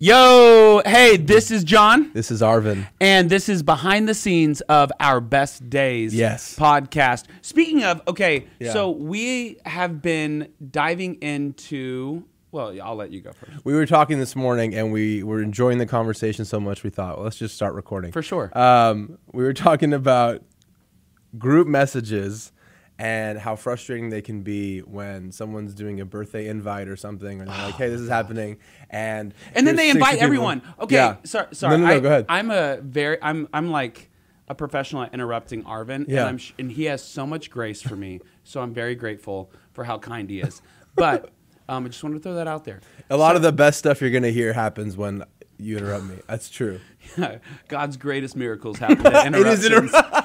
Yo, hey, this is John. This is Arvin. And this is behind the scenes of our best days Yes. podcast. Speaking of, okay, Yeah. so we have been diving into. Well, I'll let you go first. We were talking this morning and we were enjoying the conversation so much we thought, well, let's just start recording. For sure. Um, we were talking about group messages and how frustrating they can be when someone's doing a birthday invite or something, and they're like, hey, this is happening. And Oh, and then here's they 60 invite people. everyone. Okay, Yeah. sorry, sorry. No, no, no, I, go ahead. I'm a very, I'm, I'm like a professional at interrupting Arvin, and Yeah. I'm, sh- and he has so much grace for me, so I'm very grateful for how kind he is. But um, I just wanted to throw that out there. a lot of the best stuff you're going to hear happens when you interrupt me. That's true. God's greatest miracles happen at It is interruptions. inter-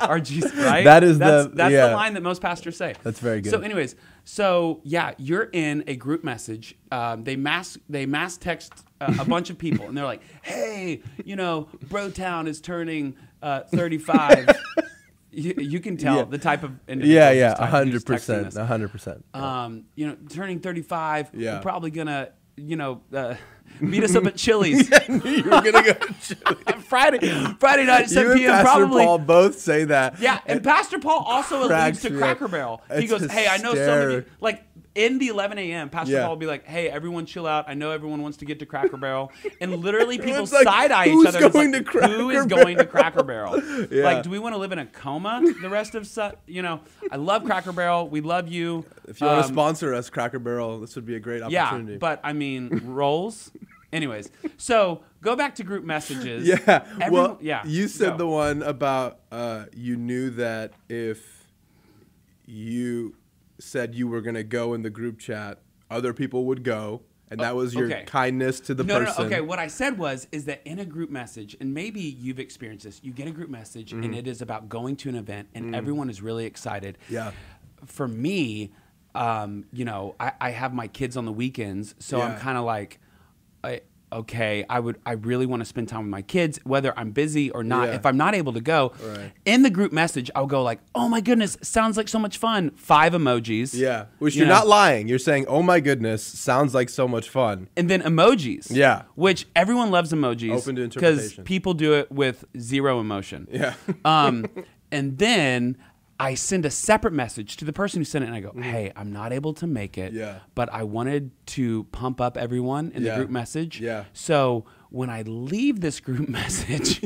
Are Jesus- right? That is that's, the- that's the yeah. line that most pastors say. That's very good. So, anyways, so yeah, you're in a group message. Um, they mass they mass text uh, a bunch of people, and they're like, "Hey, you know, Brotown is turning uh, 35." you, you can tell Yeah. the type of individual Yeah, who's yeah, typing- who's texting 100%. this 100%. um, you know, turning 35, Yeah. you're probably gonna, you know, uh, beat us up at Chili's you were going to go to Chile. Friday, Friday night at 7 you p.m. and Pastor probably. Paul both say that. Yeah, and Pastor Paul also alludes cracks to me up. Cracker Barrel. He It's goes, "Hey, I know so many." hysterical. Like in the 11 a.m., Pastor Yeah. Paul will be like, "Hey, everyone, chill out. I know everyone wants to get to Cracker Barrel," and literally people Everyone's like, side eye each "Who's other. and it's going like, to Who Cracker is going to Cracker Barrel? Yeah. Like, do we want to live in a coma the rest of su- you know? I love Cracker Barrel. We love you. If you want to Um, sponsor us, Cracker Barrel, this would be a great opportunity. yeah, but I mean roles. Anyways, so go back to group messages. yeah, Everyone- well, yeah. You said go. the one about uh, you knew that if you said you were gonna go in the group chat, other people would go, and that was your Oh, okay. kindness to the No, no, no, person. okay. What I said was is that in a group message, and maybe you've experienced this, you get a group message Mm-hmm. and it is about going to an event and everyone is really excited. Mm. Yeah. For me, um, you know, I, I have my kids on the weekends, so I'm Yeah. kind of like, I, okay, I would, I really want to spend time with my kids, whether I'm busy or not. Yeah. If I'm not able to go, Right. in the group message, I'll go like, oh my goodness, sounds like so much fun. Five emojis. Yeah, which you you're know? not lying. You're saying, "Oh my goodness, sounds like so much fun." and then emojis. Yeah. Which everyone loves emojis. Open to interpretation. people do it with zero emotion. Yeah. um, and then I send a separate message to the person who sent it, and I go, "Hey, I'm not able to make it. Mm-hmm. Yeah. But I wanted to pump up everyone in Yeah. the group message. Yeah. So." When I leave this group message,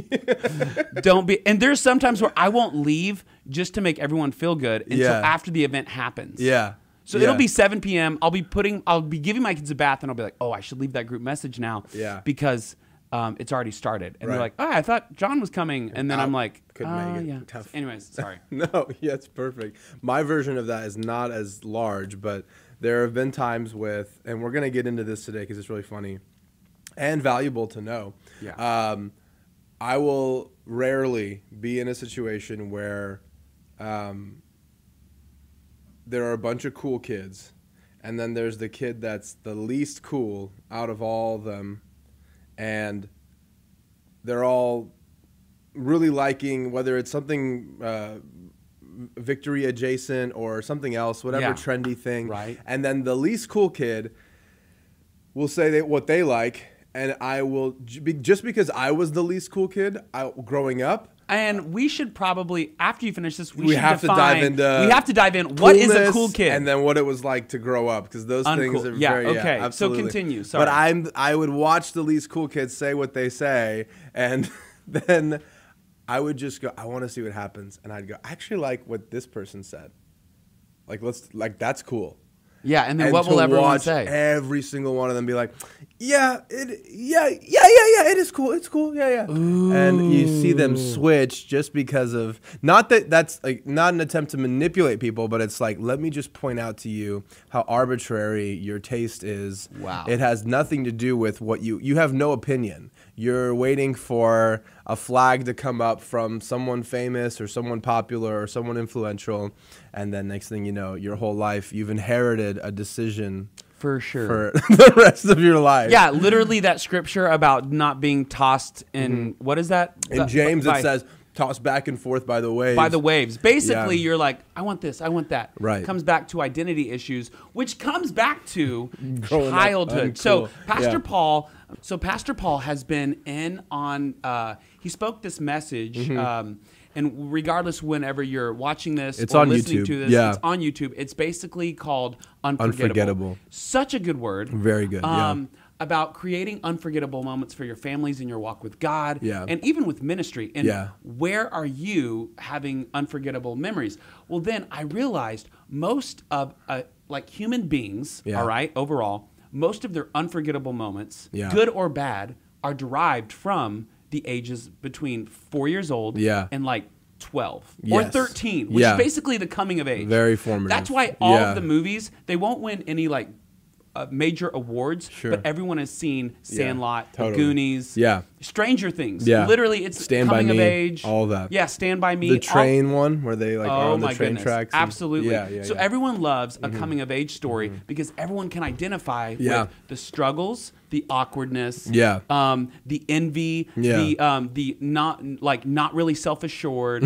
don't be. And there's sometimes where I won't leave just to make everyone feel good until Yeah. after the event happens. Yeah. So Yeah. it'll be 7 p.m. I'll be putting, I'll be giving my kids a bath, and I'll be like, oh, I should leave that group message now, Yeah. because um, it's already started. And they're Right. like, oh, I thought John was coming, and then I I'm like, couldn't "Ah, make it. yeah. Tough. Anyways, sorry. No, yeah, it's perfect. My version of that is not as large, but there have been times with, and we're gonna get into this today because it's really funny and valuable to know. Yeah. Um, I will rarely be in a situation where um, there are a bunch of cool kids, and then there's the kid that's the least cool out of all of them, and they're all really liking whether it's something uh, victory adjacent or something else, whatever Yeah. trendy thing. Right. And then the least cool kid will say they, what they like, and I will j- be- just because I was the least cool kid I, growing up. And we should probably, after you finish this, we, We should have to dive define- into We have to dive in. What is a coolness cool kid? And then what it was like to grow up because those Uncool. things are Yeah, very okay. So absolutely. continue, sorry. But I'm I would watch the least cool kids say what they say, and then I would just go. I want to see what happens, and I'd go. I actually like what this person said. Like let's like that's cool. yeah, and then what to will everyone watch say? Every single one of them be like, yeah, it, yeah, yeah, yeah, yeah. It is cool. It's cool. Yeah, yeah. And you see them switch just because of not that that's like not an attempt to manipulate people, but it's like let me just point out to you how arbitrary your taste is. Wow. It has nothing to do with what you you have no opinion. You're waiting for a flag to come up from someone famous or someone popular or someone influential, and then next thing you know, your whole life you've inherited a decision For sure. for the rest of your life. yeah, literally that scripture about not being tossed in. What is that? Mm-hmm. In James, by, it says, "Tossed back and forth by the waves." by the waves. Basically, Yeah. you're like, I want this, I want that. Right. Comes back to identity issues, which comes back to Growing up childhood. So, uncool. Pastor Yeah. Paul So Pastor Paul has been in on. Uh, he spoke this message, Mm-hmm. um, and regardless, whenever you're watching this It's or on listening YouTube. to this, Yeah. it's on YouTube. It's basically called unforgettable. Unforgettable. Such a good word. Very good, yeah. Um, about creating unforgettable moments for your families in your walk with God, Yeah. and even with ministry. And Yeah. where are you having unforgettable memories? Well, then I realized most of uh, like human beings, Yeah. all right, overall, most of their unforgettable moments, Yeah. good or bad, are derived from the ages between four years old Yeah. and like. 12 or Yes. 13 which Yeah. is basically the coming of age Very formative. that's why all Yeah. of the movies they won't win any like uh, major awards Sure. but everyone has seen sandlot totally. the goonies Yeah. stranger things Yeah. literally it's Stand by coming Me, of age all that. yeah stand by me The all- train one where they like are Oh on the my train goodness! tracks. and- Absolutely. Yeah, yeah. so yeah. everyone loves a coming of age story because everyone can identify Yeah. with the struggles, the awkwardness, Yeah. um, the envy, Yeah. the um, the not like not really self assured.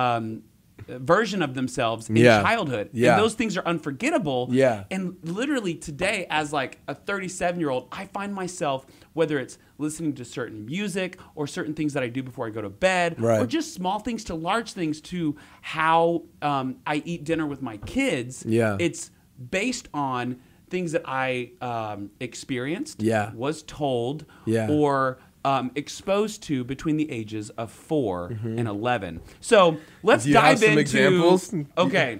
um, version of themselves in Yeah. childhood Yeah. and those things are unforgettable Yeah. and literally today as like a 37 year old i find myself whether it's listening to certain music or certain things that i do before i go to bed or Right. just small things to large things to how um, I eat dinner with my kids. Yeah. It's based on things that I um, experienced, Yeah. was told, Yeah. or um, exposed to between the ages of 4 and 11. So let's Mm-hmm. Do you dive have some into. examples? Okay.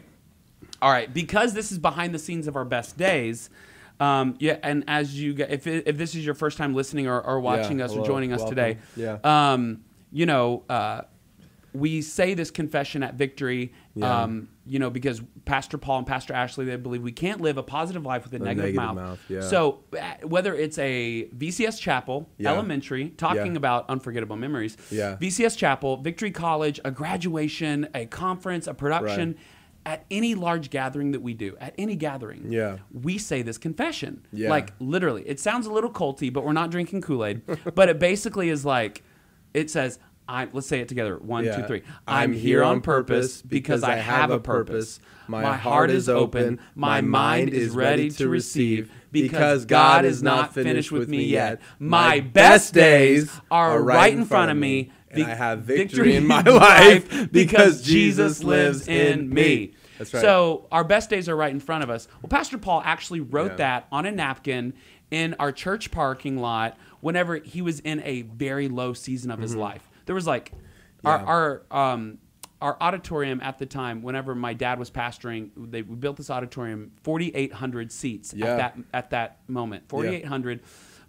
All right, because this is behind the scenes of our best days. Um, yeah, and as you, get, if it, if this is your first time listening or, or watching us or hello, joining us welcome. today, Yeah. um, you know, uh, we say this confession at victory. Yeah. Um, you know, because Pastor Paul and Pastor Ashley, they believe we can't live a positive life with a, negative, negative mouth. mouth, yeah. So uh, whether it's a VCS Chapel, Yeah. elementary, talking Yeah. about unforgettable memories, Yeah. VCS Chapel, Victory College, a graduation, a conference, a production, at any large gathering that we do, at any gathering, Yeah. we say this confession. Yeah. Like literally, it sounds a little culty, but we're not drinking Kool Aid. but it basically is like, it says, I, let's say it together. One, two, Yeah. three. I'm here on purpose because I have a purpose. My heart is open. My mind is ready to receive because God is not finished with me yet. My best days are right in front of me. And I Vic- have victory in my life because Jesus lives in me. That's right. So our best days are right in front of us. Well, Pastor Paul actually wrote Yeah. that on a napkin in our church parking lot whenever he was in a very low season of his life. There was like our our um our auditorium at the time whenever my dad was pastoring they we built this auditorium 4800 seats Yeah. at that at that moment 4800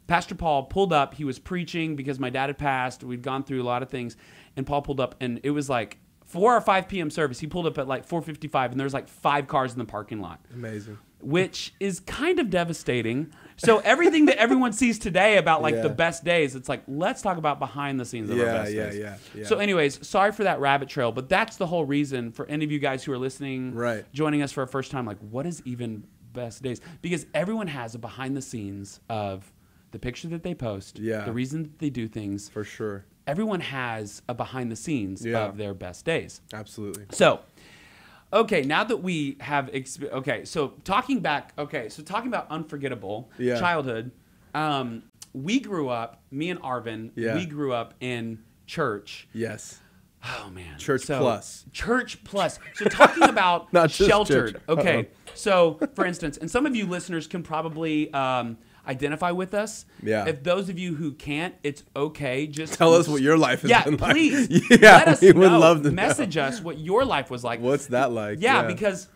pastor paul pulled up he was preaching because my dad had passed we'd gone through a lot of things and paul pulled up and it was like 4 or 5 p.m service he pulled up at like 4.55 and there was like five cars in the parking lot Amazing. which is kind of devastating so everything that everyone sees today about like Yeah. the best days it's like let's talk about behind the scenes of our Yeah, best yeah, days yeah, yeah. so anyways sorry for that rabbit trail but that's the whole reason for any of you guys who are listening Right. joining us for a first time like what is even best days because everyone has a behind the scenes of the picture that they post Yeah. the reason that they do things For sure. everyone has a behind the scenes Yeah. of their best days Absolutely. so, okay, now that we have exp- okay, so talking back, okay, so talking about unforgettable Yeah. childhood, um, we grew up, me and Arvin, Yeah. we grew up in church. Yes. Oh man, Church plus. Church plus. So talking about Not just sheltered. church. Okay, so for instance, and some of you listeners can probably. Um, Identify with us. Yeah. If those of you who can't, it's okay. Just Tell us what your life has yeah, been like. please. Yeah, let us we would know. love to know. message us what your life was like. What's that like? Yeah, Yeah. because,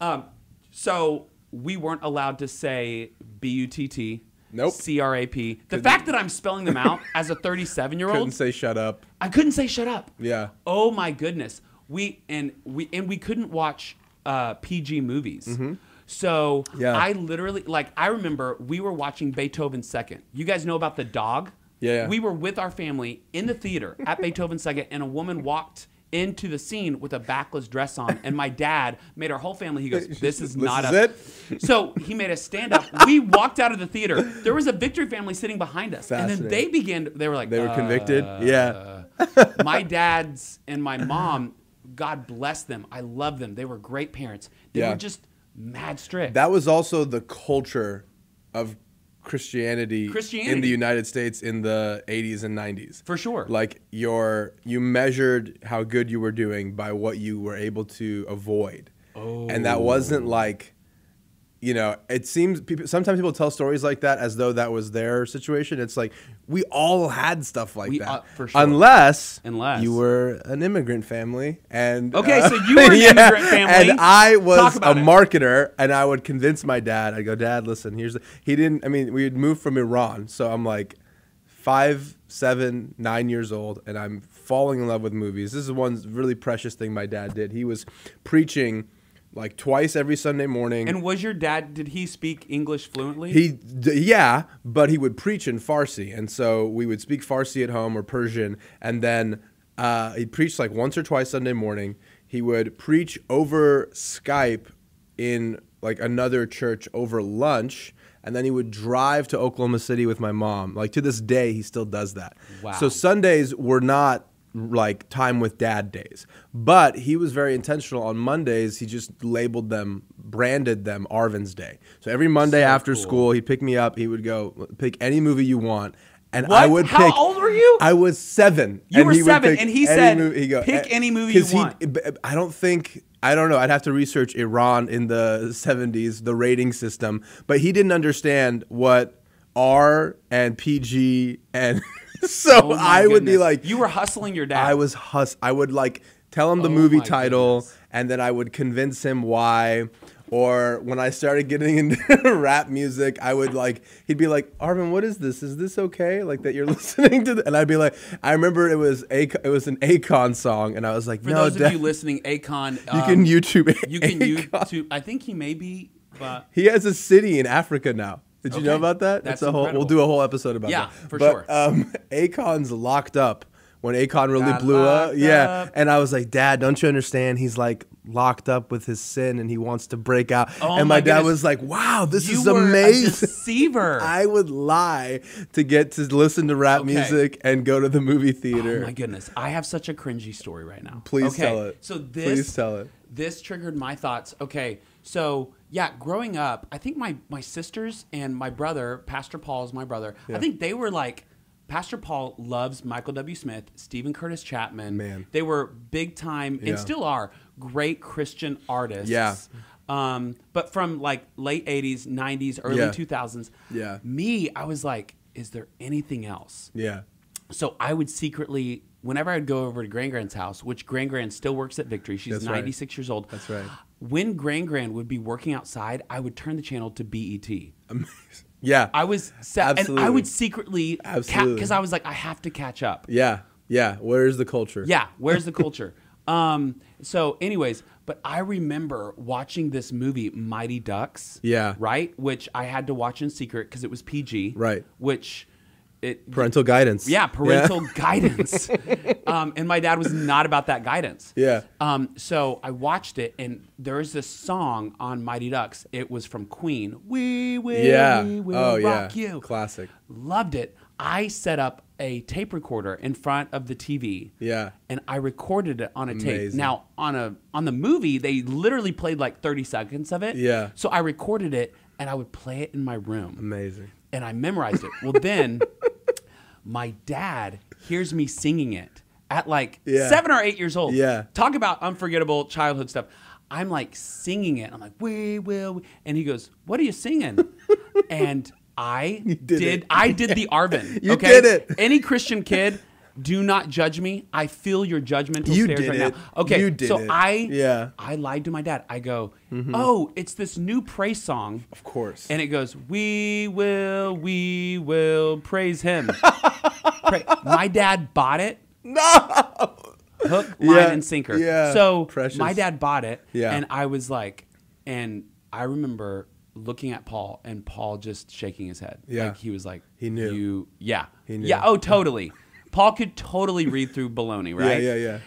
um, so we weren't allowed to say B U T T. Nope. C R A P. The fact that I'm spelling them out as a 37 year Couldn't old, say shut up. I couldn't say shut up. Yeah. Oh my goodness. We and we and we couldn't watch uh, PG movies. So Mm-hmm. Yeah. I literally like I remember we were watching Beethoven Second. You guys know about the dog? Yeah, yeah. We were with our family in the theater at Beethoven Second, and a woman walked into the scene with a backless dress on, and my dad made our whole family. He goes, "This is This not is us." So he made us stand up. We walked out of the theater. There was a Victory family sitting behind us, and then Fascinating. they began. They were like, They were "Uh, convicted. Yeah. my dad's and my mom, God bless them. I love them. They were great parents. They Yeah. were just mad strict. That was also the culture of Christianity, in Christianity. the United States in the 80s and 90s. For sure. Like your you measured how good you were doing by what you were able to avoid. Oh. And that wasn't like you know, it seems people, sometimes people tell stories like that as though that was their situation. It's like we all had stuff like We, that, uh, for sure. unless Unless. you were an immigrant family and uh, Okay, so you were an immigrant family. and I was Talk a about it. marketer, and I would convince my dad. I'd go, Dad, listen, here's the. He didn't. I mean, we had moved from Iran, so I'm like five, seven, nine years old, and I'm falling in love with movies. This is one really precious thing my dad did. He was preaching like twice every Sunday morning. And was your dad? Did he speak English fluently? He, d- yeah, but he would preach in Farsi, and so we would speak Farsi at home or Persian, and then uh, he preached like once or twice Sunday morning. He would preach over Skype in like another church over lunch, and then he would drive to Oklahoma City with my mom. Like to this day, he still does that. Wow. So Sundays were not like time with dad days. But he was very intentional on Mondays. He just labeled them, branded them Arvin's Day. So every Monday after school, he'd pick me up. He would go pick any movie you want. And I What? would How pick. old were you? I was seven. You were he would seven, pick and he any said, movie- he'd "Pick "Eh," any movie you 'cause he- want. b- I don't think. I don't know. I'd have to research Iran in the 70s, the rating system. But he didn't understand what R and PG and so Oh my I would be goodness. like, you were hustling your dad. I was hus. I would like tell him the Oh movie my title, and then I would convince him why. Or when I started getting into rap music, I would like he'd be like, "Arvin, what is this? Is this okay? Like that you're listening to?" Th-? And I'd be like, "I remember it was a it was an Akon song," and I was like, For "No, those Dad, of you listening, Akon. you um, can YouTube You can Akon. YouTube. I think he may be. But He has a city in Africa now. Did you know Okay. about that? That's a whole. We'll incredible. do a whole episode about Yeah, that. for but, sure. Um, Akon's locked up when Akon really Got blew up. locked Yeah, up. and I was like, Dad, don't you understand? He's like locked up with his sin, and he wants to break out. Oh and my, my dad goodness. was like, Wow, this you is were a amazing. deceiver. I would lie to get to listen to rap Okay. music and go to the movie theater. Oh my goodness, I have such a cringy story right now. Please okay, tell it. So this, Please tell it. This triggered my thoughts. Okay, so yeah, growing up, I think my my sisters and my brother, Pastor Paul is my brother. I think they were like. Pastor Paul loves Michael W. Smith, Stephen Curtis Chapman. Man. They were big time Yeah. and still are great Christian artists. Yeah. Um, but from like late 80s, 90s, early Yeah. 2000s. Yeah. Me, I was like, is there anything else? yeah. So I would secretly, whenever I'd go over to Grand Grand's house, which Grand Grand still works at Victory, she's That's right. 96 years old. That's right. When Grand Grand would be working outside, I would turn the channel to BET. Yeah. I was set, and I Um, Absolutely. would secretly, Absolutely. because I was like, I have to catch up. yeah. Yeah. Where is the culture? Yeah, where's the culture? um, so, anyways, but I remember watching this movie, Mighty Ducks. Yeah. Right? Which I had to watch in secret because it was PG. Right. Which it Parental guidance. yeah, parental guidance. Um, and my dad was not about that guidance. Yeah. Um, so I watched it, and there is this song on Mighty Ducks. It was from Queen. We will, Yeah. we will Oh, yeah. rock you. Classic. Loved it. I set up a tape recorder in front of the TV. Yeah. And I recorded it on a tape. Amazing. Now on a on the movie, they literally played like 30 seconds of it. Yeah. So I recorded it and I would play it in my room Amazing. and I memorized it. Well, then my dad hears me singing it at like Yeah. seven or eight years old. Yeah. Talk about unforgettable childhood stuff. I'm like singing it. I'm like, we will. we-" And he goes, What are you singing? and I did, did it. I did the Arvin. You okay? did it. Any Christian kid, do not judge me. I feel your judgmental You stares did right it. now. Okay. You did so it. I Yeah. I lied to my dad. I go, Oh, it's this new praise song. Mm-hmm. Of course. And it goes, We will, we will praise him. Pray. My dad bought it. No. Hook, line, Yeah, and sinker. yeah, So precious. my dad bought it. Yeah. And I was like, and I remember looking at Paul and Paul just shaking his head. Yeah. Like he was like, He knew. You, yeah. He knew. Yeah. Oh, totally. Paul could totally read through baloney, right? Yeah, yeah, yeah.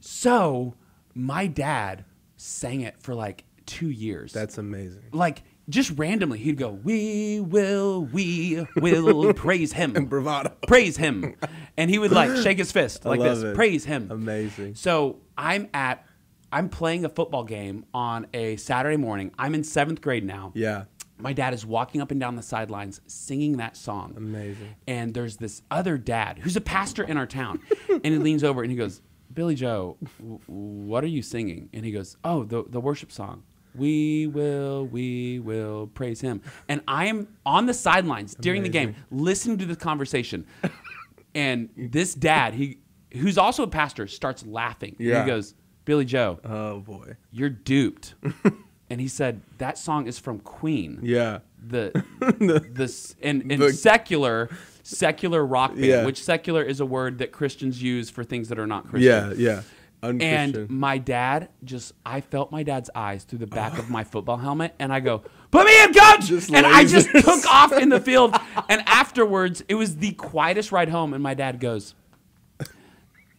So my dad sang it for like two years That's amazing. like just randomly he'd go we will we will praise him Bravado. praise him and he would like shake his fist like love this it. praise him Amazing. so i'm at i'm playing a football game on a saturday morning i'm in seventh grade now Yeah. my dad is walking up and down the sidelines singing that song. Amazing. And there's this other dad who's a pastor in our town, and he leans over and he goes, "Billy Joe, w- what are you singing?" And he goes, "Oh, the the worship song." We will, we will praise him. And I am on the sidelines during the game, listening to the conversation. And this dad, he who's also a pastor, starts laughing. And Yeah. He goes, Billy Joe, Oh boy. you're duped. and he said that song is from Queen. Yeah. The the s- and, and The- secular secular rock band, Yeah. which secular is a word that Christians use for things that are not Christian. Yeah. Yeah. Unchristian. And my dad just, I felt my dad's eyes through the back of my football helmet, and I go, "Put me in, coach!" Just and I just lasers. took off in the field. And afterwards, it was the quietest ride home. And my dad goes,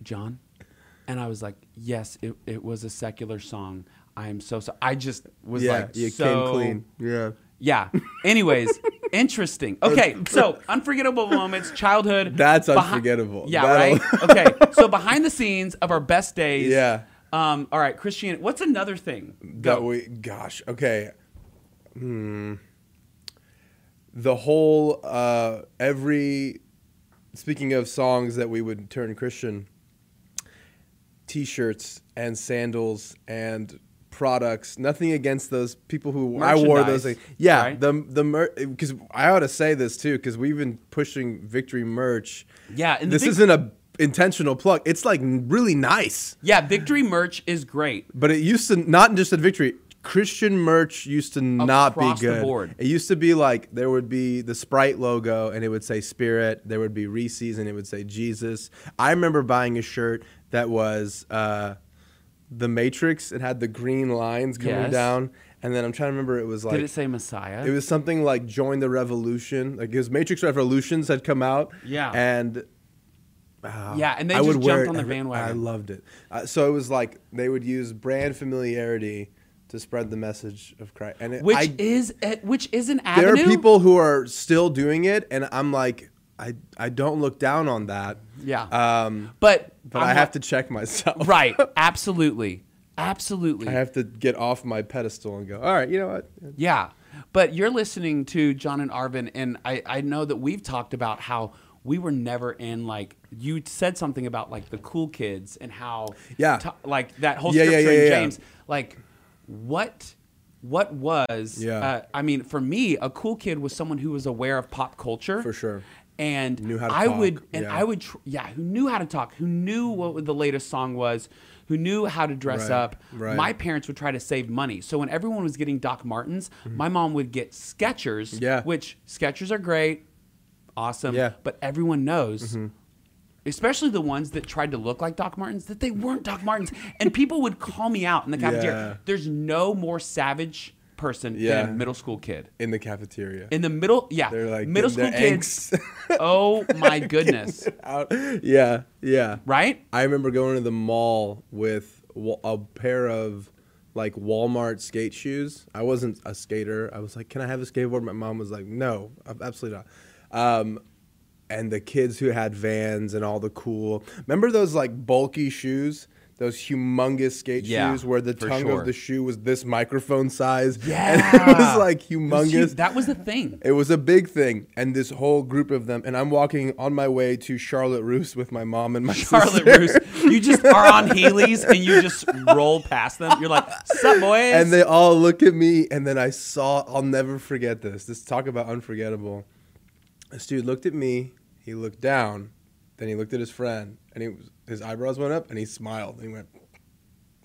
"John," and I was like, "Yes, it, it was a secular song. I am so sorry." I just was yeah. like, you so- came clean. Yeah. Yeah. Anyways. Interesting. Okay, so unforgettable moments, childhood. That's Behi- unforgettable. yeah, That'll- right. Okay, so behind the scenes of our best days. Yeah. Um, all right, Christian. What's another thing? That we. Gosh. Okay. Hmm. The whole uh, every. Speaking of songs that we would turn Christian. T-shirts and sandals and products. Nothing against those people who I wore Merchandise, those. Things. Yeah, right? the the because I ought to say this too because we've been pushing Victory merch. Yeah, and the this big- isn't a intentional plug. It's like really nice. Yeah, victory merch is great. But it used to not just at Victory. Christian merch used to not be Across the good. board. It used to be like there would be the Sprite logo and it would say Spirit. There would be Reese's and it would say Jesus. I remember buying a shirt that was uh, the Matrix. It had the green lines coming Yes. down, and then I'm trying to remember. It was like Did it say Messiah? it was something like join the revolution. Like because Matrix Revolutions had come out. Yeah. And uh, Yeah, and they I just would jumped wear it on the every- bandwagon. I loved it. Uh, so it was like they would use brand familiarity to spread the message of Christ. And it, which I, is a, which is an there avenue. are people who are still doing it, and I'm like, I I don't look down on that. Yeah. Um, but but I'm i have not- to check myself. Right. Absolutely. Absolutely. I have to get off my pedestal and go. All right, you know what? Yeah. But you're listening to John and Arvin, and I, I know that we've talked about how we were never in, like, you said something about, like, the cool kids and how, Yeah. to- like, that whole Yeah, yeah, scripture yeah, in yeah. James. Like, what. What was, Yeah. uh, I mean, for me, a cool kid was someone who was aware of pop culture. For sure. And Knew how to I talk, would, and yeah. I would, tr- yeah, who knew how to talk, who knew what the latest song was, who knew how to dress Right, up. right. My parents would try to save money. So when everyone was getting Doc Martens, my mom would get Skechers, Mm-hmm. Yeah. which Skechers are great, awesome, Yeah. Mm-hmm. but everyone knows. Especially the ones that tried to look like Doc Martens, that they weren't Doc Martens. And people would call me out in the cafeteria. Yeah. There's no more savage person than Yeah. a middle school kid. In the cafeteria. In the middle, yeah, They're like middle getting school their kids. oh my goodness. out. Yeah, yeah. Right? I remember going to the mall with wa- a pair of like Walmart skate shoes. I wasn't a skater. I was like, "Can I have a skateboard?" My mom was like, "No, ab- absolutely not." Um, and the kids who had Vans and all the cool. Remember those like bulky shoes? Those humongous skate Yeah, shoes where the for tongue sure. of the shoe was this microphone size. Yeah. And it was like It was humongous. huge. That was the thing. It was a big thing, and this whole group of them. And I'm walking on my way to Charlotte Roos with my mom and my Charlotte sister. Roos. You just are on Heelys and you just roll past them. You're like, sup, boys? And they all look at me, and then I saw. I'll never forget this. This talk about unforgettable. This dude looked at me. He looked down. Then he looked at his friend, and he was, his eyebrows went up, and he smiled, and he went.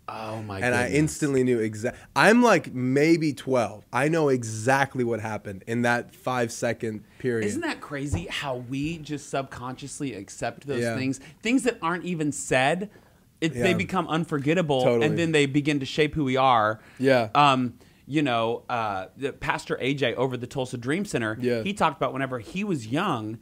oh my And I goodness. instantly knew exact. I'm like maybe 12. I know exactly what happened in that five second period. Isn't that crazy how we just subconsciously accept those Yeah. things? Things that aren't even said, it, they Yeah. become unforgettable Totally. and then they begin to shape who we are. Yeah. Um, you know, uh, the- Pastor AJ over the Tulsa Dream Center, Yeah. he talked about whenever he was young,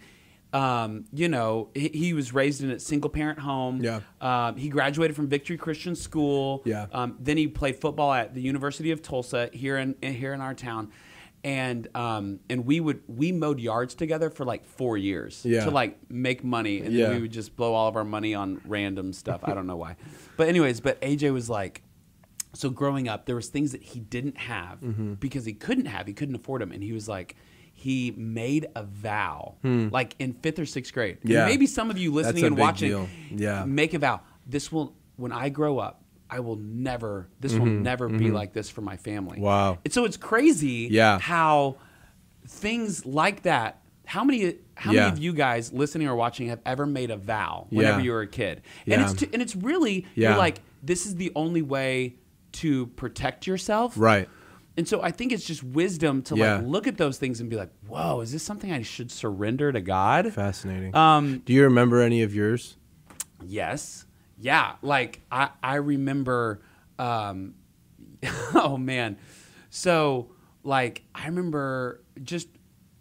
um, you know, he, he was raised in a single parent home. Yeah. Um, he graduated from Victory Christian School. Yeah. Um, then he played football at the University of Tulsa here in, in- here in our town, and um, and we would we mowed yards together for like four years Yeah. to like make money, and then Yeah. we would just blow all of our money on random stuff. I don't know why, but anyways, but AJ was like, so growing up there was things that he didn't have Mm-hmm. because he couldn't have he couldn't afford them and he was like he made a vow like in fifth or sixth grade And Hmm. Yeah. maybe some of you That's listening a and big watching deal. Yeah. make a vow this will when i grow up i will never this will never be like this for my family Mm-hmm. Wow. and so it's crazy Yeah. how things like that how many how Yeah. many of you guys listening or watching have ever made a vow whenever Yeah. you were a kid Yeah. and it's to, and it's really Yeah. you're like this is the only way to protect yourself Right. and so i think it's just wisdom to Yeah. like look at those things and be like whoa is this something i should surrender to god Fascinating. um Do you remember any of yours? Yes. Yeah. Like I, I remember. Um, oh man. So like I remember just,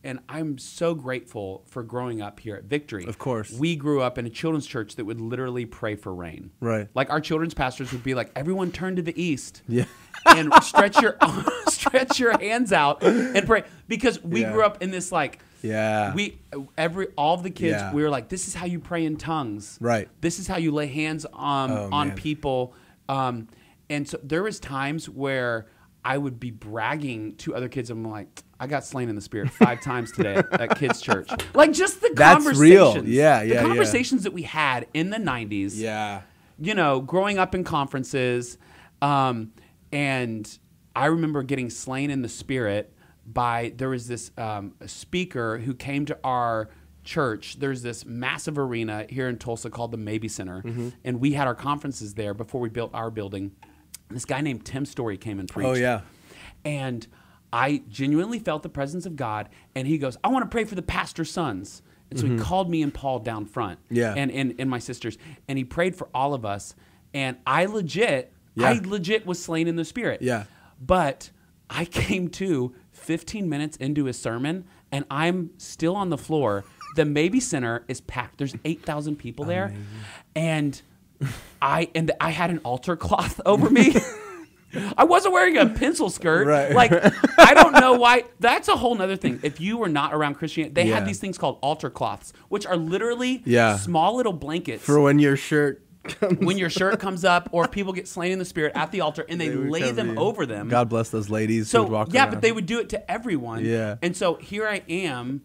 and I'm so grateful for growing up here at Victory. Of course. We grew up in a children's church that would literally pray for rain. Right. Like our children's pastors would be like, everyone turn to the east Yeah. and stretch your stretch your hands out and pray because we Yeah. grew up in this like Yeah. we every all of the kids Yeah. we were like this is how you pray in tongues Right. this is how you lay hands on Oh, on man. people um and so there was times where I would be bragging to other kids I'm like I got slain in the spirit five times today at, at kids church like just the That's real. conversations Yeah, the yeah, yeah. conversations that we had in the 90s Yeah. you know, growing up in conferences, um, and I remember getting slain in the spirit by there was this um, speaker who came to our church. There's this massive arena here in Tulsa called the Maybe Center, Mm-hmm. and we had our conferences there before we built our building. This guy named Tim Story came and preached. Oh yeah. And I genuinely felt the presence of God. And he goes, I want to pray for the pastor's sons. And so he called me and Paul down front. Mm-hmm. Yeah. And, and, and my sisters. And he prayed for all of us. And I legit, Yeah. I legit was slain in the spirit. Yeah. But I came to 15 minutes into his sermon and I'm still on the floor. The Maybe Center is packed. There's 8,000 people there. And I and I had an altar cloth over me. I wasn't wearing a pencil skirt. Right. Like I don't know why. That's a whole nother thing. If you were not around Christianity, they Yeah. had these things called altar cloths, which are literally Yeah. small little blankets For when your shirt when your shirt comes up or people get slain in the spirit at the altar and they, would lay cover them you. over them. God bless those ladies who so would walk yeah, around. but they would do it to everyone. Yeah. And so here I am,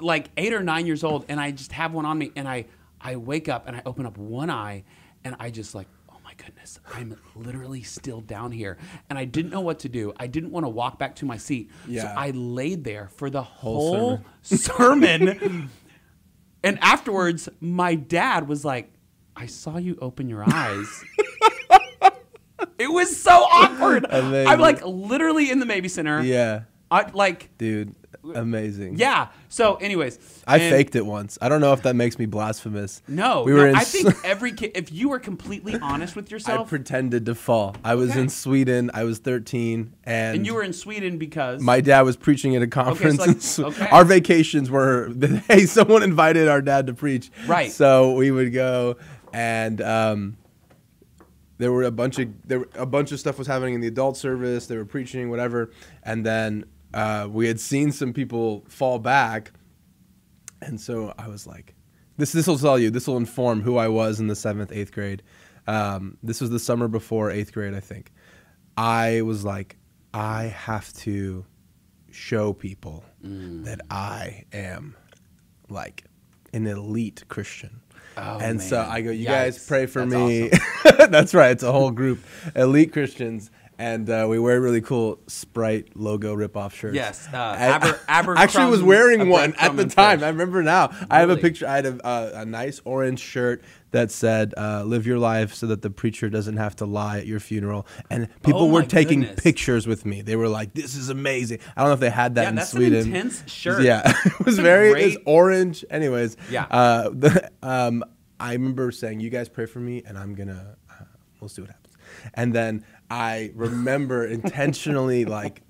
like eight or nine years old, and I just have one on me, and I I wake up and I open up one eye, and I just like. oh my Goodness, I'm literally still down here, and I didn't know what to do. I didn't want to walk back to my seat, so Yeah. I laid there for the Whole whole sermon and afterwards, my dad was like, I saw you open your eyes. it was so awkward. Amazing. I'm like literally in the Maybe Center. Yeah. I, like, Dude, amazing. yeah. So, anyways. I and- faked it once. I don't know if that makes me blasphemous. No, we were no, in. I s- think every kid, if you were completely honest with I yourself, pretended to fall. I was Okay. in Sweden. I was 13, and, and you were in Sweden because. my dad was preaching at a conference. like- in Swe- okay. Our vacations were hey, someone invited our dad to preach. Right. So we would go, and um, there were a bunch of there were- a bunch of stuff was happening in the adult service. They were preaching, whatever, and then uh, we had seen some people fall back, and so I was like, "This this will tell you. This will inform who I was in the seventh, eighth grade. Um, this was the summer before eighth grade, I think. I was like, I have to show people Mm. that I am like an elite Christian. Oh, and so man. I go, you Yikes. guys pray for That's me. That's right. It's a whole group, elite Christians, and uh, we wear really cool Sprite logo ripoff shirts. Yes, uh, I- Aber- I actually was Abercrombie- wearing one at the Abercrombie time. Fitch. I remember now. I have a Really? picture. I had a, uh, a nice orange shirt that said uh, "Live your life so that the preacher doesn't have to lie at your funeral." And people Oh were my taking goodness. pictures with me. They were like, "This is amazing." I don't know if they had that Yeah, in that's an Sweden. intense shirt. Yeah, it was That's a very it was great- orange. Anyways, Yeah. Uh, the, um, I remember saying, "You guys pray for me, and I'm gonna uh, we'll see what happens." And then I remember intentionally like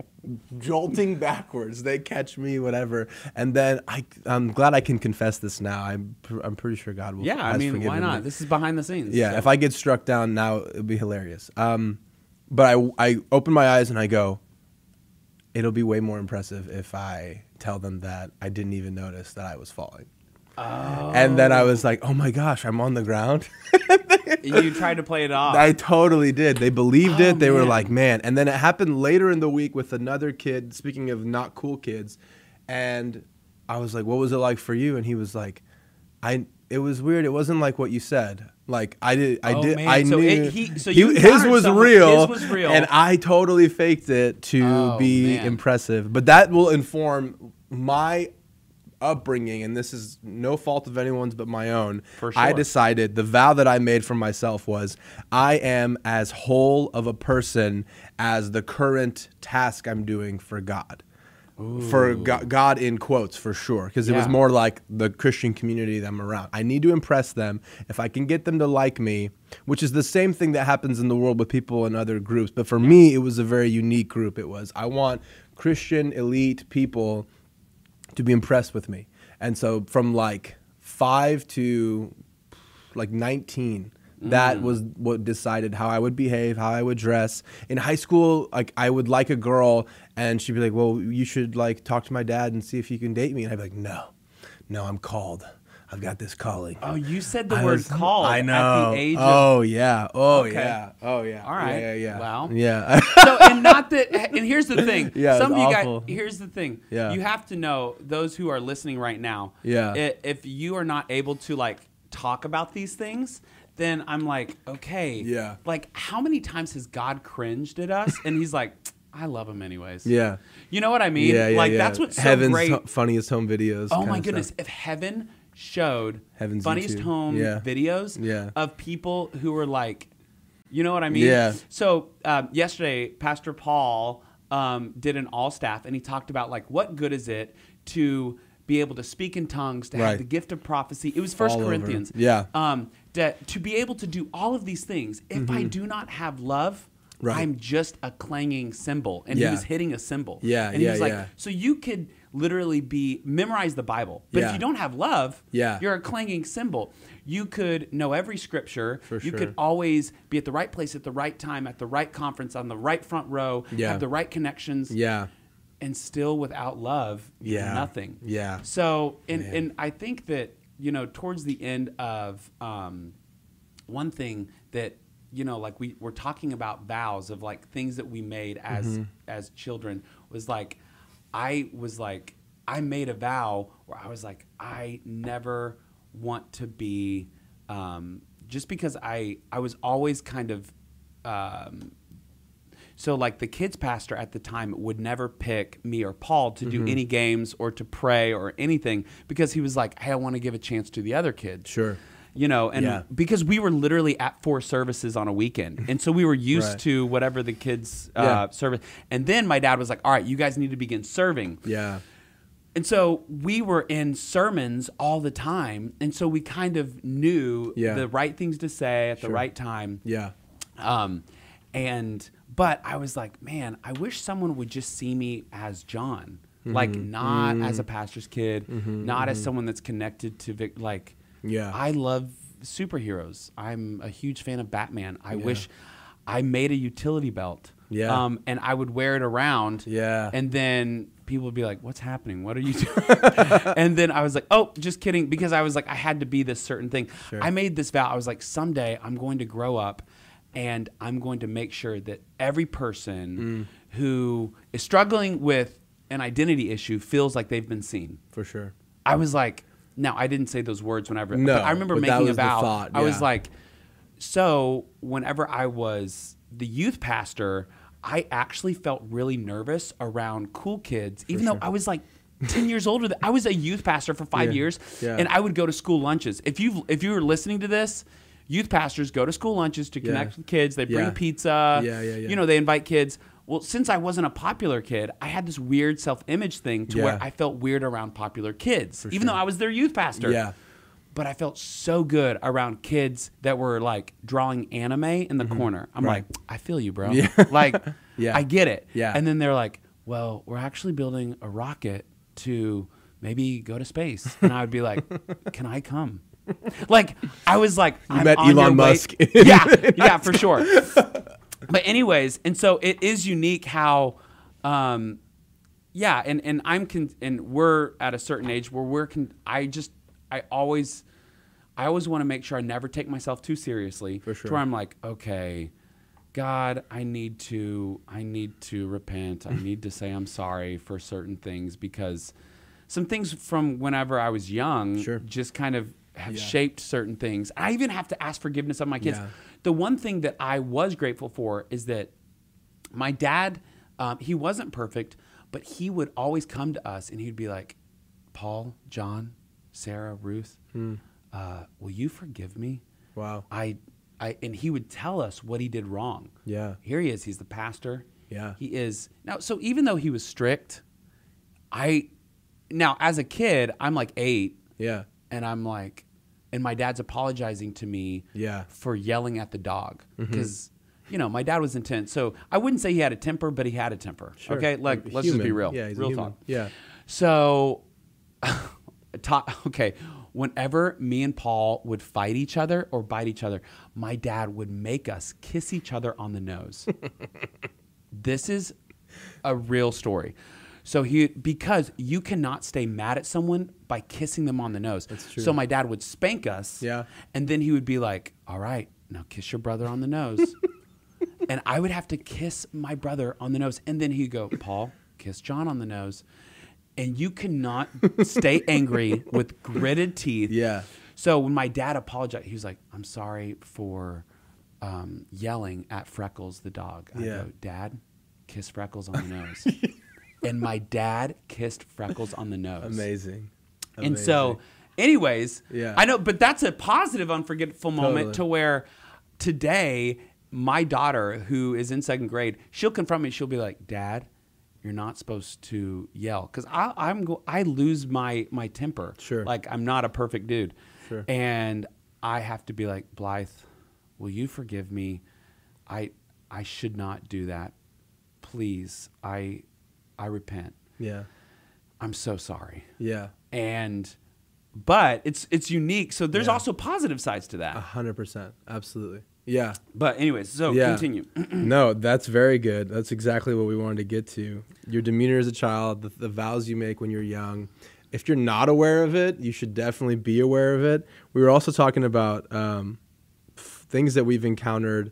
jolting backwards. They catch me, whatever. And then I, I'm glad I can confess this now. I'm pr- I'm pretty sure God will. yeah, I has mean, why forgiven me. not? This is behind the scenes. Yeah, so. if I get struck down now, it'd be hilarious. Um, but I, I open my eyes and I go, it'll be way more impressive if I tell them that I didn't even notice that I was falling. And then I was like, oh my gosh, I'm on the ground. you tried to play it off. I totally did. They believed Oh, it. They were man. like, man. And then it happened later in the week with another kid, speaking of not cool kids. And I was like, what was it like for you? And he was like, I it was weird. It wasn't like what you said. Like I did I Oh, did man. I So knew it- he- so you his learned was something. real. His was real. And I totally faked it to Oh, be man. impressive. But that will inform my upbringing and this is no fault of anyone's but my own For i sure. decided the vow that i made for myself was i am as whole of a person as the current task i'm doing for god for god, god in quotes for sure because it was Yeah. more like the christian community that i'm around i need to impress them if i can get them to like me which is the same thing that happens in the world with people in other groups but for me it was a very unique group it was i want christian elite people to be impressed with me. And so from like five to like 19, Mm. that was what decided how I would behave, how I would dress. In high school, like I would like a girl and she'd be like, well, you should like talk to my dad and see if you can date me. And I'd be like, no, no, I'm called. I've got this calling. Oh, you said the I word was- call I know. at the age of oh yeah. Oh Okay. yeah. Oh yeah. All right. Yeah. Yeah. yeah. Wow. Yeah. so and not that and here's the thing Yeah, some it's of you awful. guys here's the thing Yeah. you have to know those who are listening right now Yeah. i- if you are not able to like talk about these things then i'm like okay Yeah. like how many times has god cringed at us and he's like i love him anyways Yeah. you know what i mean yeah. Yeah. like yeah. that's what's so Heaven's great ho- funniest home videos. oh kinda my stuff. goodness if heaven showed Heaven's funniest YouTube. home Yeah. videos Yeah. of people who were like you know what i mean Yeah. so um, yesterday pastor paul um, did an all staff and he talked about like what good is it to be able to speak in tongues to have Right. the gift of prophecy it was first All over. corinthians Yeah. um, that to be able to do all of these things if i do not have love Mm-hmm. Right. i'm just a clanging cymbal and Yeah. he was hitting a cymbal Yeah, and he yeah, was like yeah. so you could literally be memorize the Bible, but if Yeah. you don't have love, Yeah. you're a clanging cymbal. You could know every scripture. For you sure. could always be at the right place at the right time at the right conference on the right front row. Yeah. Have the right connections. Yeah. And still without love, you're Yeah. nothing. Yeah. So and Man. and I think that you know towards the end of um, one thing that you know like we were talking about vows of like things that we made as Mm-hmm. as children was like I was like I made a vow where I was like I never want to be um, just because I I was always kind of um, so like the kids pastor at the time would never pick me or Paul to Mm-hmm. do any games or to pray or anything because he was like, "Hey, I want to give a chance to the other kids." Sure. You know, and Yeah. because we were literally at four services on a weekend. And so we were used Right. to whatever the kids uh, Yeah. service. And then my dad was like, "All right, you guys need to begin serving." Yeah. And so we were in sermons all the time, and so we kind of knew Yeah. the right things to say at Sure. the right time. Yeah. Um, and but I was like, man, I wish someone would just see me as John, Mm-hmm. like not as a pastor's kid, not as someone that's connected to Vic. Like, Yeah. I love superheroes. I'm a huge fan of Batman. I wish I made a utility belt. Yeah. Um, and I would wear it around. Yeah. And then people would be like, "What's happening? What are you doing?" and then I was like, "Oh, just kidding," because I was like, I had to be this certain thing. Sure. I made this vow. I was like, someday I'm going to grow up, and I'm going to make sure that every person Mm. who is struggling with an identity issue feels like they've been seen. For sure. I was like, now I didn't say those words whenever. No, but I remember but that making a was the vow. thought, I was yeah. like, so whenever I was the youth pastor, I actually felt really nervous around cool kids, even though I was like. 10 years older than I was a youth pastor for 5 Yeah, years yeah. and I would go to school lunches. If you if you were listening to this, youth pastors go to school lunches to connect with kids. They bring Yeah. pizza. Yeah, yeah, yeah. You know, they invite kids. Well, since I wasn't a popular kid, I had this weird self-image thing to where Yeah. I felt weird around popular kids, even though sure. I was their youth pastor. Yeah. But I felt so good around kids that were like drawing anime in the corner. I'm Mm-hmm. Right. like, I feel you, bro. Yeah. Like, Yeah. I get it. Yeah. And then they're like, well, we're actually building a rocket to maybe go to space. And I would be like, can I come? Like, I was like, you I'm met on your Elon way- Musk. Yeah, yeah, for sure. But anyways, and so it is unique how, um, yeah, and and I'm con- and we're at a certain age where we're con- I just I always I always want to make sure I never take myself too seriously. For To sure. where I'm like, okay, God, I need to, I need to repent. I need to say I'm sorry for certain things because some things from whenever I was young Sure. just kind of have Yeah. shaped certain things. I even have to ask forgiveness of my kids. Yeah. The one thing that I was grateful for is that my dad, um, he wasn't perfect, but he would always come to us and he'd be like, Paul, John, Sarah, Ruth, uh, will you forgive me? Hmm. Wow. I, I, and he would tell us what he did wrong. Yeah. Here he is. He's the pastor. Yeah. He is now. So even though he was strict, I, now as a kid, I'm like eight Yeah. and I'm like, and my dad's apologizing to me Yeah. Mm-hmm. for yelling at the dog because you know my dad was intense. So I wouldn't say he had a temper, but he had a temper. Sure. Okay, like A let's just be human. real, Yeah, he's a real human. talk. Yeah. So, ta- okay, whenever me and Paul would fight each other or bite each other, my dad would make us kiss each other on the nose. this is a real story. So he because you cannot stay mad at someone by kissing them on the nose. That's true. So my dad would spank us. Yeah. And then he would be like, "All right, now kiss your brother on the nose." and I would have to kiss my brother on the nose, and then he'd go, "Paul, kiss John on the nose." And you cannot stay angry with gritted teeth. Yeah. So when my dad apologized, he was like, "I'm sorry for um, yelling at Freckles the dog." I Yeah. go, "Dad, kiss Freckles on the nose." and my dad kissed Freckles on the nose. Amazing. And so, anyways, Yeah. I know, but that's a positive unforgettable moment Totally. to where today my daughter, who is in second grade, she'll confront me. She'll be like, "Dad, you're not supposed to yell," because I'm go- I lose my my temper. Sure. like I'm not a perfect dude. Sure. and I have to be like Blythe, will you forgive me? I I should not do that. Please, I I repent. Yeah. I'm so sorry Yeah. and but it's it's unique. So there's Yeah. Uh, also positive sides to that. A hundred percent. Absolutely. Yeah. But anyways, so yeah. continue. no, that's very good. That's exactly what we wanted to get to. Your demeanor as a child, the, the vows you make when you're young. If you're not aware of it, you should definitely be aware of it. We were also talking about um, f- things that we've encountered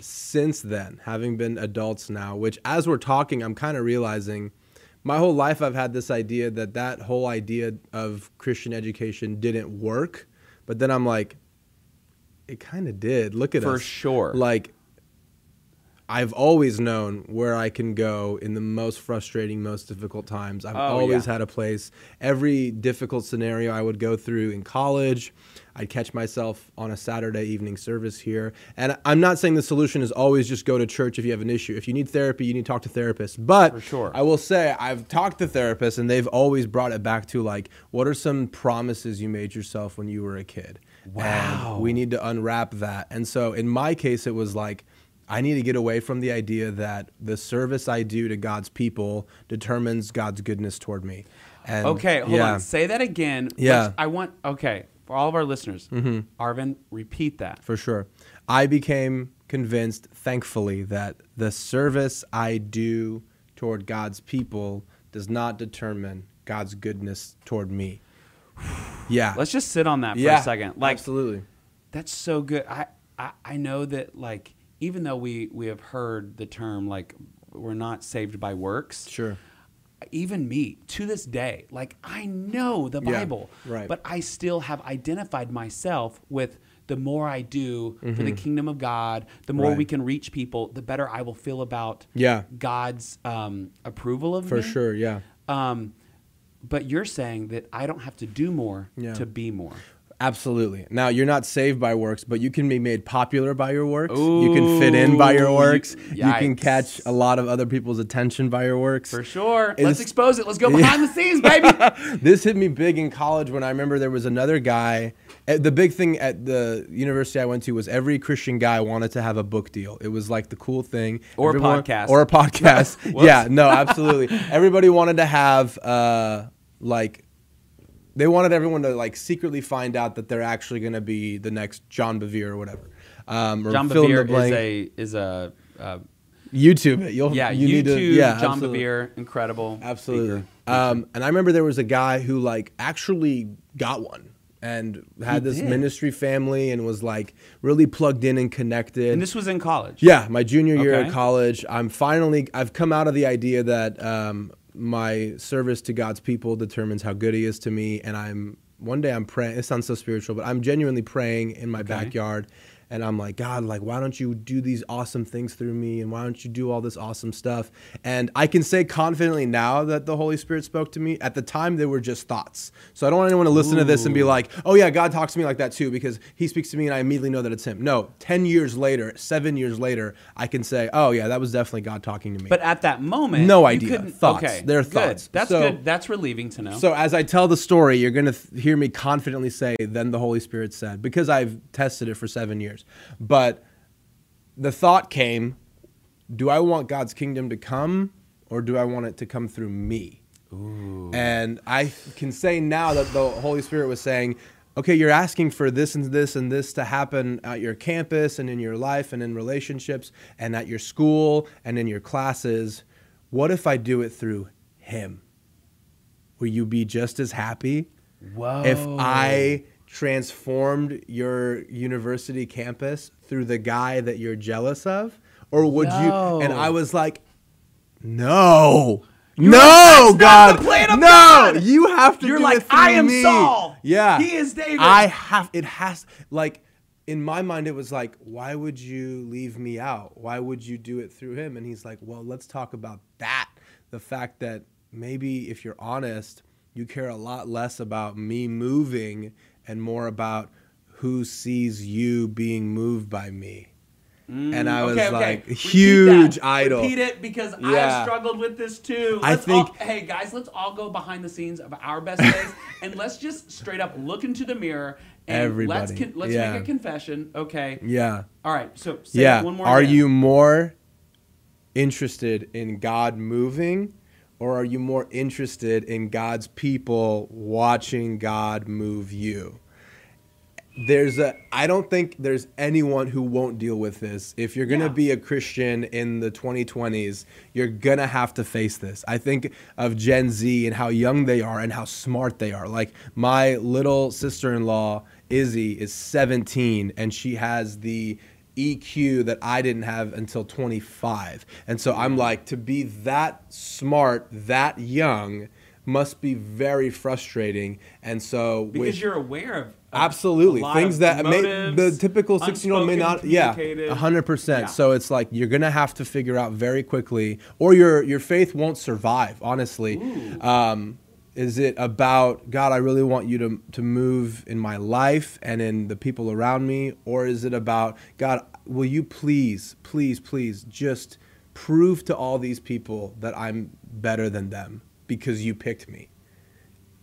since then, having been adults now, which as we're talking, I'm kind of realizing my whole life I've had this idea that that whole idea of Christian education didn't work. But then I'm like, it kind of did. Look at For us. sure. Like, I've always known where I can go in the most frustrating, most difficult times. I've Oh, always yeah. had a place. Every difficult scenario I would go through in college, I'd catch myself on a Saturday evening service here. And I'm not saying the solution is always just go to church if you have an issue. If you need therapy, you need to talk to therapists. But For sure. I will say I've talked to therapists and they've always brought it back to like, what are some promises you made yourself when you were a kid? And Wow. we need to unwrap that. And so in my case, it was like, I need to get away from the idea that the service I do to God's people determines God's goodness toward me. And Okay, hold yeah, on. Say that again. Yeah. Mm-hmm. Which I want okay for all of our listeners. Arvin, repeat that. For sure. I became convinced, thankfully, that the service I do toward God's people does not determine God's goodness toward me. Yeah. Let's just sit on that for yeah, a second. Like absolutely. that's so good. I, I I know that like even though we we have heard the term like we're not saved by works. Sure. Even me to this day, like I know the Yeah, Bible, right. but I still have identified myself with the more I do for the kingdom of God, the more Mm-hmm. Right. we can reach people, the better I will feel about Yeah. God's um, approval of For me. sure. Yeah. Um, but you're saying that I don't have to do more Yeah. to be more. Absolutely. Now you're not saved by works, but you can be made popular by your works. you can fit in by your Ooh, works. You can yikes. catch a lot of other people's attention by your works. For sure. Is- Let's expose it. Let's go behind the scenes, baby. this hit me big in college when I remember there was another guy. eh, The big thing at the university I went to was every Christian guy wanted to have a book deal. It was like the cool thing. Or a Everyone- podcast. Or a podcast. Whoops. yeah, no, absolutely. Everybody wanted to have uh, like they wanted everyone to like secretly find out that they're actually going to be the next John Bevere or whatever. Um, or John fill in the Bevere is blank. a is a uh, YouTube it. You'll yeah. you YouTube need to yeah John absolutely. Bevere, incredible. Absolutely. speaker. Um, and I remember there was a guy who like actually got one and had He this did. ministry family and was like really plugged in and connected. And this was in college. Yeah, my junior year Okay. at college. I'm finally, I've come out of the idea that um, my service to God's people determines how good He is to me. And I'm, one day I'm praying, it sounds so spiritual, but I'm genuinely praying in my backyard. And I'm like, God, like, why don't you do these awesome things through me? And why don't you do all this awesome stuff? And I can say confidently now that the Holy Spirit spoke to me. At the time, they were just thoughts. So I don't want anyone to listen to this and be like, oh, yeah, God talks to me like that too, because he speaks to me and I immediately know that it's him. No, 10 years later, seven years later, I can say, oh, yeah, that was definitely God talking to me. But at that moment, No you idea. couldn't- Thoughts. Okay, They're good. thoughts. That's So- good. That's relieving to know. so as I tell the story, you're going to th- hear me confidently say, then the Holy Spirit said, because I've tested it for seven years. But the thought came, do I want God's kingdom to come or do I want it to come through me? And I can say now that the Holy Spirit was saying, okay, you're asking for this and this and this to happen at your campus and in your life and in relationships and at your school and in your classes. What if I do it through Him? Will you be just as happy Whoa. if I transformed your university campus through the guy that you're jealous of? Or would No. you? And I was like, no. like, no, "That's not God. the plan no, of God." you have to You're do like, it through "I am me." Saul. Yeah. He is David. I have it has like in my mind it was like, why would you leave me out? Why would you do it through him? And he's like, well, let's talk about that. The fact that maybe if you're honest, you care a lot less about me moving and more about who sees you being moved by me. and I was Mm, Okay, okay. like, Repeat huge that. idol. Repeat it because I've Yeah. struggled with this too. I Let's all- think- hey guys, let's all go behind the scenes of our best days and let's just straight up look into the mirror and let's Everybody. con- let's Yeah. make a confession. Okay. Yeah. All right. So say yeah. it one more. are again. you more interested in God moving or are you more interested in God's people watching God move you? There's a I don't think there's anyone who won't deal with this. If you're going to Yeah. be a Christian in the 2020s, you're going to have to face this. I think of Gen Z and how young they are and how smart they are. Like my little sister-in-law Izzy is 17 and she has the EQ that I didn't have until 25. And so I'm like, to be that smart, that young, must be very frustrating. And so because with- you're aware of, of absolutely a lot things of that motives, may, the typical 16 year old may unspoken, not yeah communicated. 100% Yeah. so it's like you're gonna have to figure out very quickly or your your faith won't survive honestly um, is it about god i really want you to, to move in my life and in the people around me or is it about god will you please please please just prove to all these people that i'm better than them because you picked me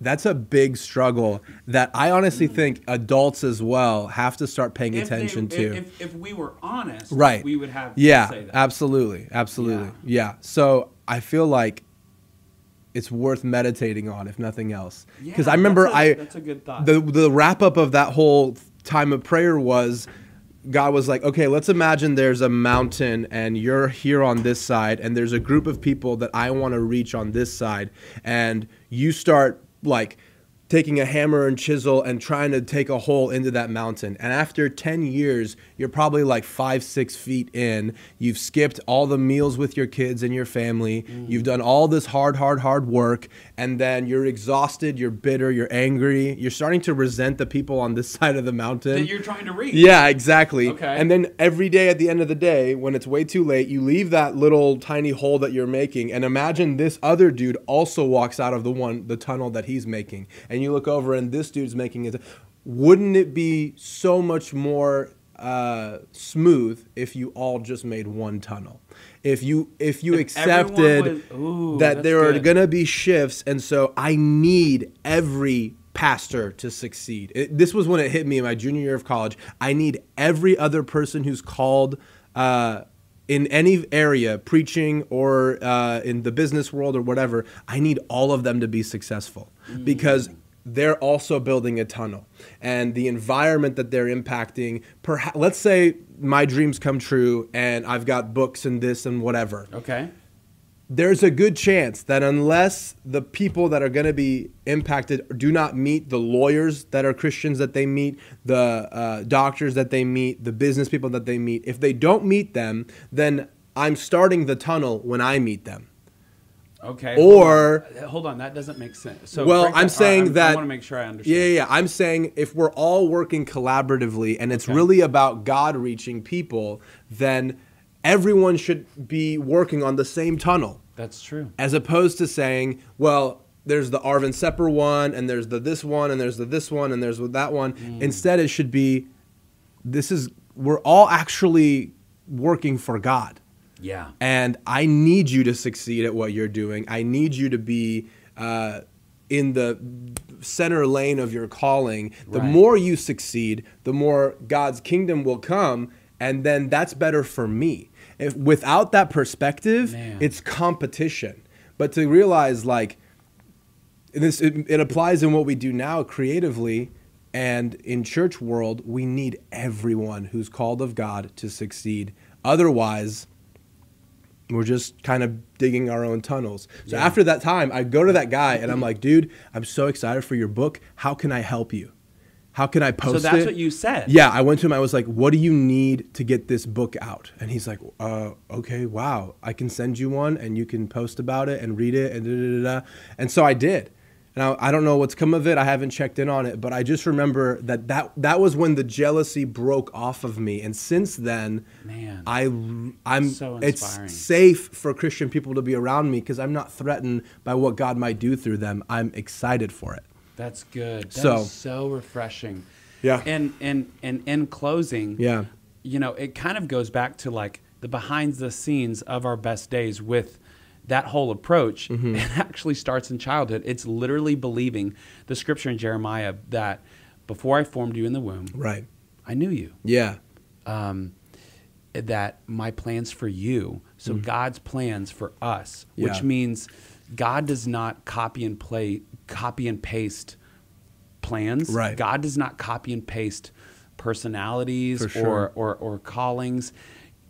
that's a big struggle that I honestly think adults as well have to start paying if they- attention if- to. If, if, we were honest, right. we would have Yeah, say that. absolutely. Absolutely. Yeah. So I feel like it's worth meditating on if nothing else. Because Yeah, I remember that's a- I that's a good thought. The the wrap up of that whole time of prayer was God was like, okay, let's imagine there's a mountain and you're here on this side, and there's a group of people that I want to reach on this side, and you start like taking a hammer and chisel and trying to take a hole into that mountain. And after 10 years, you're probably like five, six feet in. You've skipped all the meals with your kids and your family. You've done all this hard, hard, hard work. And then you're exhausted, you're bitter, you're angry. You're starting to resent the people on this side of the mountain. that you're trying to read. Yeah, exactly. Okay. And then every day at the end of the day, when it's way too late, you leave that little tiny hole that you're making, and imagine this other dude also walks out of the one the tunnel that he's making, and you look over and this dude's making it. Wouldn't it be so much more uh, smooth if you all just made one tunnel? If you if you accepted everyone was- Ooh, that that's there are good. gonna be shifts, and so I need every pastor to succeed. It, this was when it hit me in my junior year of college. I need every other person who's called uh, in any area, preaching or uh, in the business world or whatever. I need all of them to be successful because they're also building a tunnel and the environment that they're impacting perhaps let's say my dreams come true and i've got books and this and whatever Okay. there's a good chance that unless the people that are going to be impacted do not meet the lawyers that are Christians that they meet, the uh, doctors that they meet, the business people that they meet, if they don't meet them, then I'm starting the tunnel when I meet them. Okay. Or- hold on. hold on, that doesn't make sense. So well, break I'm that- all right, saying I'm- that I want to make sure I understand. Yeah, yeah, yeah. I'm saying if we're all working collaboratively and it's really about God reaching people, then everyone should be working on the same tunnel, That's true. as opposed to saying, well, there's the Arvin Sepper one, and there's the this one, and there's the this one, and there's the that one. Instead, it should be, this is we're all actually working for God Yeah. and I need you to succeed at what you're doing. I need you to be uh, in the center lane of your calling. The Right. more you succeed, the more God's kingdom will come, and then that's better for me. If without that perspective, Man. it's competition. But to realize, like, and this it, it applies in what we do now creatively and in church world we need everyone who's called of god to succeed otherwise we're just kind of digging our own tunnels so Yeah. after that time i go to that guy and i'm like dude i'm so excited for your book how can i help you how can i post so that's it? what you said. Yeah, I went to him. I was like, "What do you need to get this book out?" And he's like, "Uh, okay, wow, I can send you one, and you can post about it and read it and da da da." da. And so I did. And I, I don't know what's come of it. I haven't checked in on it, but I just remember that that that was when the jealousy broke off of me, and since then, Man. I I'm So it's inspiring. safe for Christian people to be around me because I'm not threatened by what God might do through them. I'm excited for it. That's good. That's So- so refreshing. Yeah. And and and in closing, Yeah. you know, it kind of goes back to like the behind the scenes of our best days with that whole approach. Mm-hmm. It actually starts in childhood. It's literally believing the scripture in Jeremiah that before I formed you in the womb, Right. I knew you Yeah. um, that my plans for you, so God's plans for us, Mm-hmm. Yeah. which means God does not copy and play, copy and paste plans. Right. God does not copy and paste personalities For sure. or, or or callings.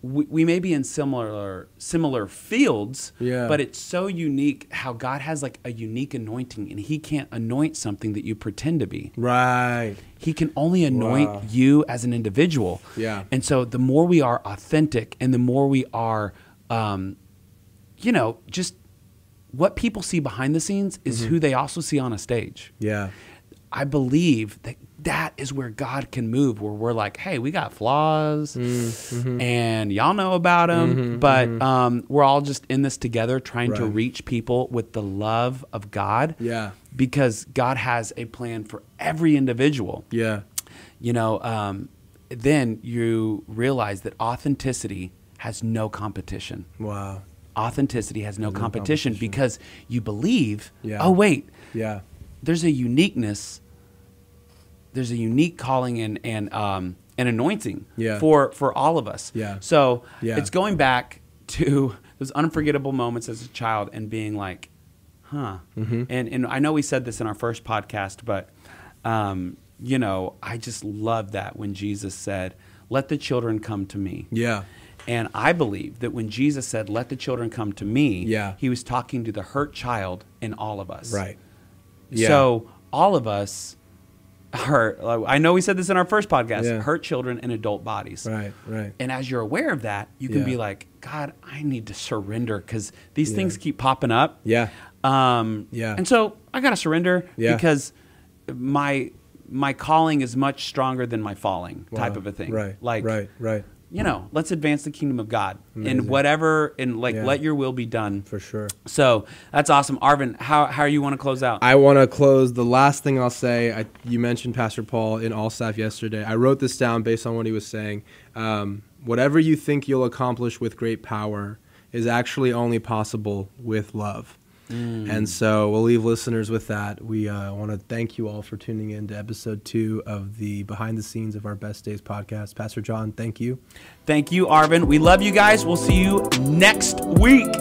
We, we may be in similar similar fields, Yeah. but it's so unique how God has like a unique anointing, and He can't anoint something that you pretend to be. Right. He can only anoint Wow. you as an individual. Yeah. And so the more we are authentic and the more we are, um, you know, just what people see behind the scenes is Mm-hmm. who they also see on a stage. Yeah. I believe that that is where God can move, where we're like, hey, we got flaws Mm-hmm. and y'all know about them, but Um, we're all just in this together trying to Right. reach people with the love of God. Yeah. Because God has a plan for every individual Yeah. you know, um, then you realize that authenticity has no competition. Wow. Authenticity has no, competition, because you believe, Yeah. oh, wait, Yeah. there's a uniqueness, there's a unique calling and, and um, an anointing Yeah. for, for all of us. Yeah. So Yeah. it's going back to those unforgettable moments as a child and being like, huh. Mm-hmm. And, and I know we said this in our first podcast, but, um, you know, I just love that when Jesus said, let the children come to me. Yeah. And I believe that when Jesus said, let the children come to me, Yeah. he was talking to the hurt child in all of us. Right. Yeah. So all of us are, like, I know we said this in our first podcast, Yeah. hurt children in adult bodies. Right. Right. And as you're aware of that, you can Yeah. be like, God, I need to surrender because these Yeah. things keep popping up. Yeah. Um, Yeah. And so I got to surrender Yeah. because my my calling is much stronger than my falling type Wow. of a thing. Right. Like, Right. Right. you know, let's advance the kingdom of God Amazing. and whatever, and like, Yeah. let your will be done. For sure. So that's awesome. Arvin, how, how you want to close out? I want to close. The last thing I'll say, I, you mentioned Pastor Paul in All Staff yesterday. I wrote this down based on what he was saying. Um, whatever you think you'll accomplish with great power is actually only possible with love. And so we'll leave listeners with that. We uh, want to thank you all for tuning in to episode two of the behind the scenes of our best days podcast. Pastor John, thank you. Thank you, Arvin. We love you guys. We'll see you next week.